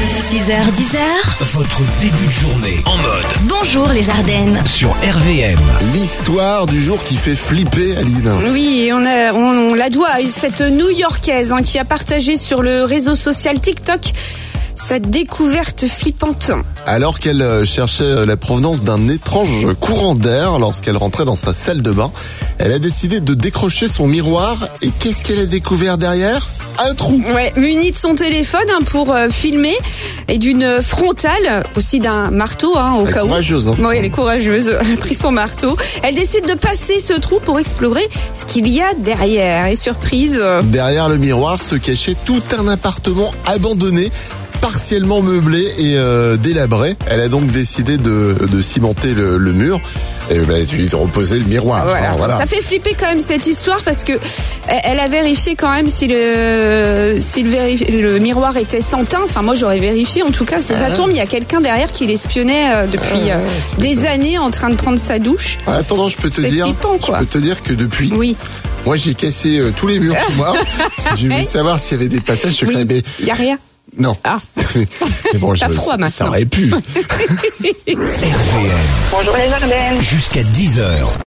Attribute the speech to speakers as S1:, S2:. S1: 6h, 10h,
S2: Votre début de journée en mode
S1: bonjour les Ardennes.
S2: sur RVM.
S3: L'histoire du jour qui fait flipper Aline.
S4: Oui, et on, a- on- on la doit à cette New-Yorkaise hein, qui a partagé sur le réseau social TikTok sa découverte flippante.
S3: Alors qu'elle euh, cherchait euh, la provenance d'un étrange courant d'air lorsqu'elle rentrait dans sa salle de bain, elle a décidé de décrocher son miroir et qu'est-ce qu'elle a découvert derrière Un trou
S4: Ouais, munie de son téléphone hein, pour euh, filmer et d'une frontale, aussi d'un marteau hein, au
S3: Elle est
S4: cas où.
S3: courageuse, hein.
S4: Oui, elle est courageuse, elle a pris son marteau. Elle décide de passer ce trou pour explorer ce qu'il y a derrière. Et surprise, euh,
S3: Derrière le miroir se cachait tout un appartement abandonné partiellement meublé et euh, délabré. Elle a donc décidé de, de cimenter le, le mur et ben, tu de reposer le miroir.
S4: Ah, voilà.
S3: Enfin, Ah, voilà.
S4: Ça fait flipper quand même cette histoire parce que elle- elle a vérifié quand même si le si le, vérif- le miroir était sans teint. Enfin, moi j'aurais vérifié en tout cas. Si ça tombe, il y a quelqu'un derrière qui l'espionnait euh, depuis euh, des années en train de prendre sa douche.
S3: En attendant, je peux te
S4: C'est
S3: dire,
S4: flippant, quoi.
S3: je peux te dire que depuis,
S4: Oui,
S3: Moi, j'ai cassé euh, tous les murs chez moi. parce que J'ai voulu savoir s'il y avait des passages secrets,
S4: oui.
S3: mais
S4: Il y a rien.
S3: non.
S4: Ah.
S3: Mais, mais bon,
S4: T'as froid
S3: ça, ça
S4: maintenant.
S3: aurait pu.
S2: RVM
S5: Bonjour les Ardennes.
S2: jusqu'à 10h.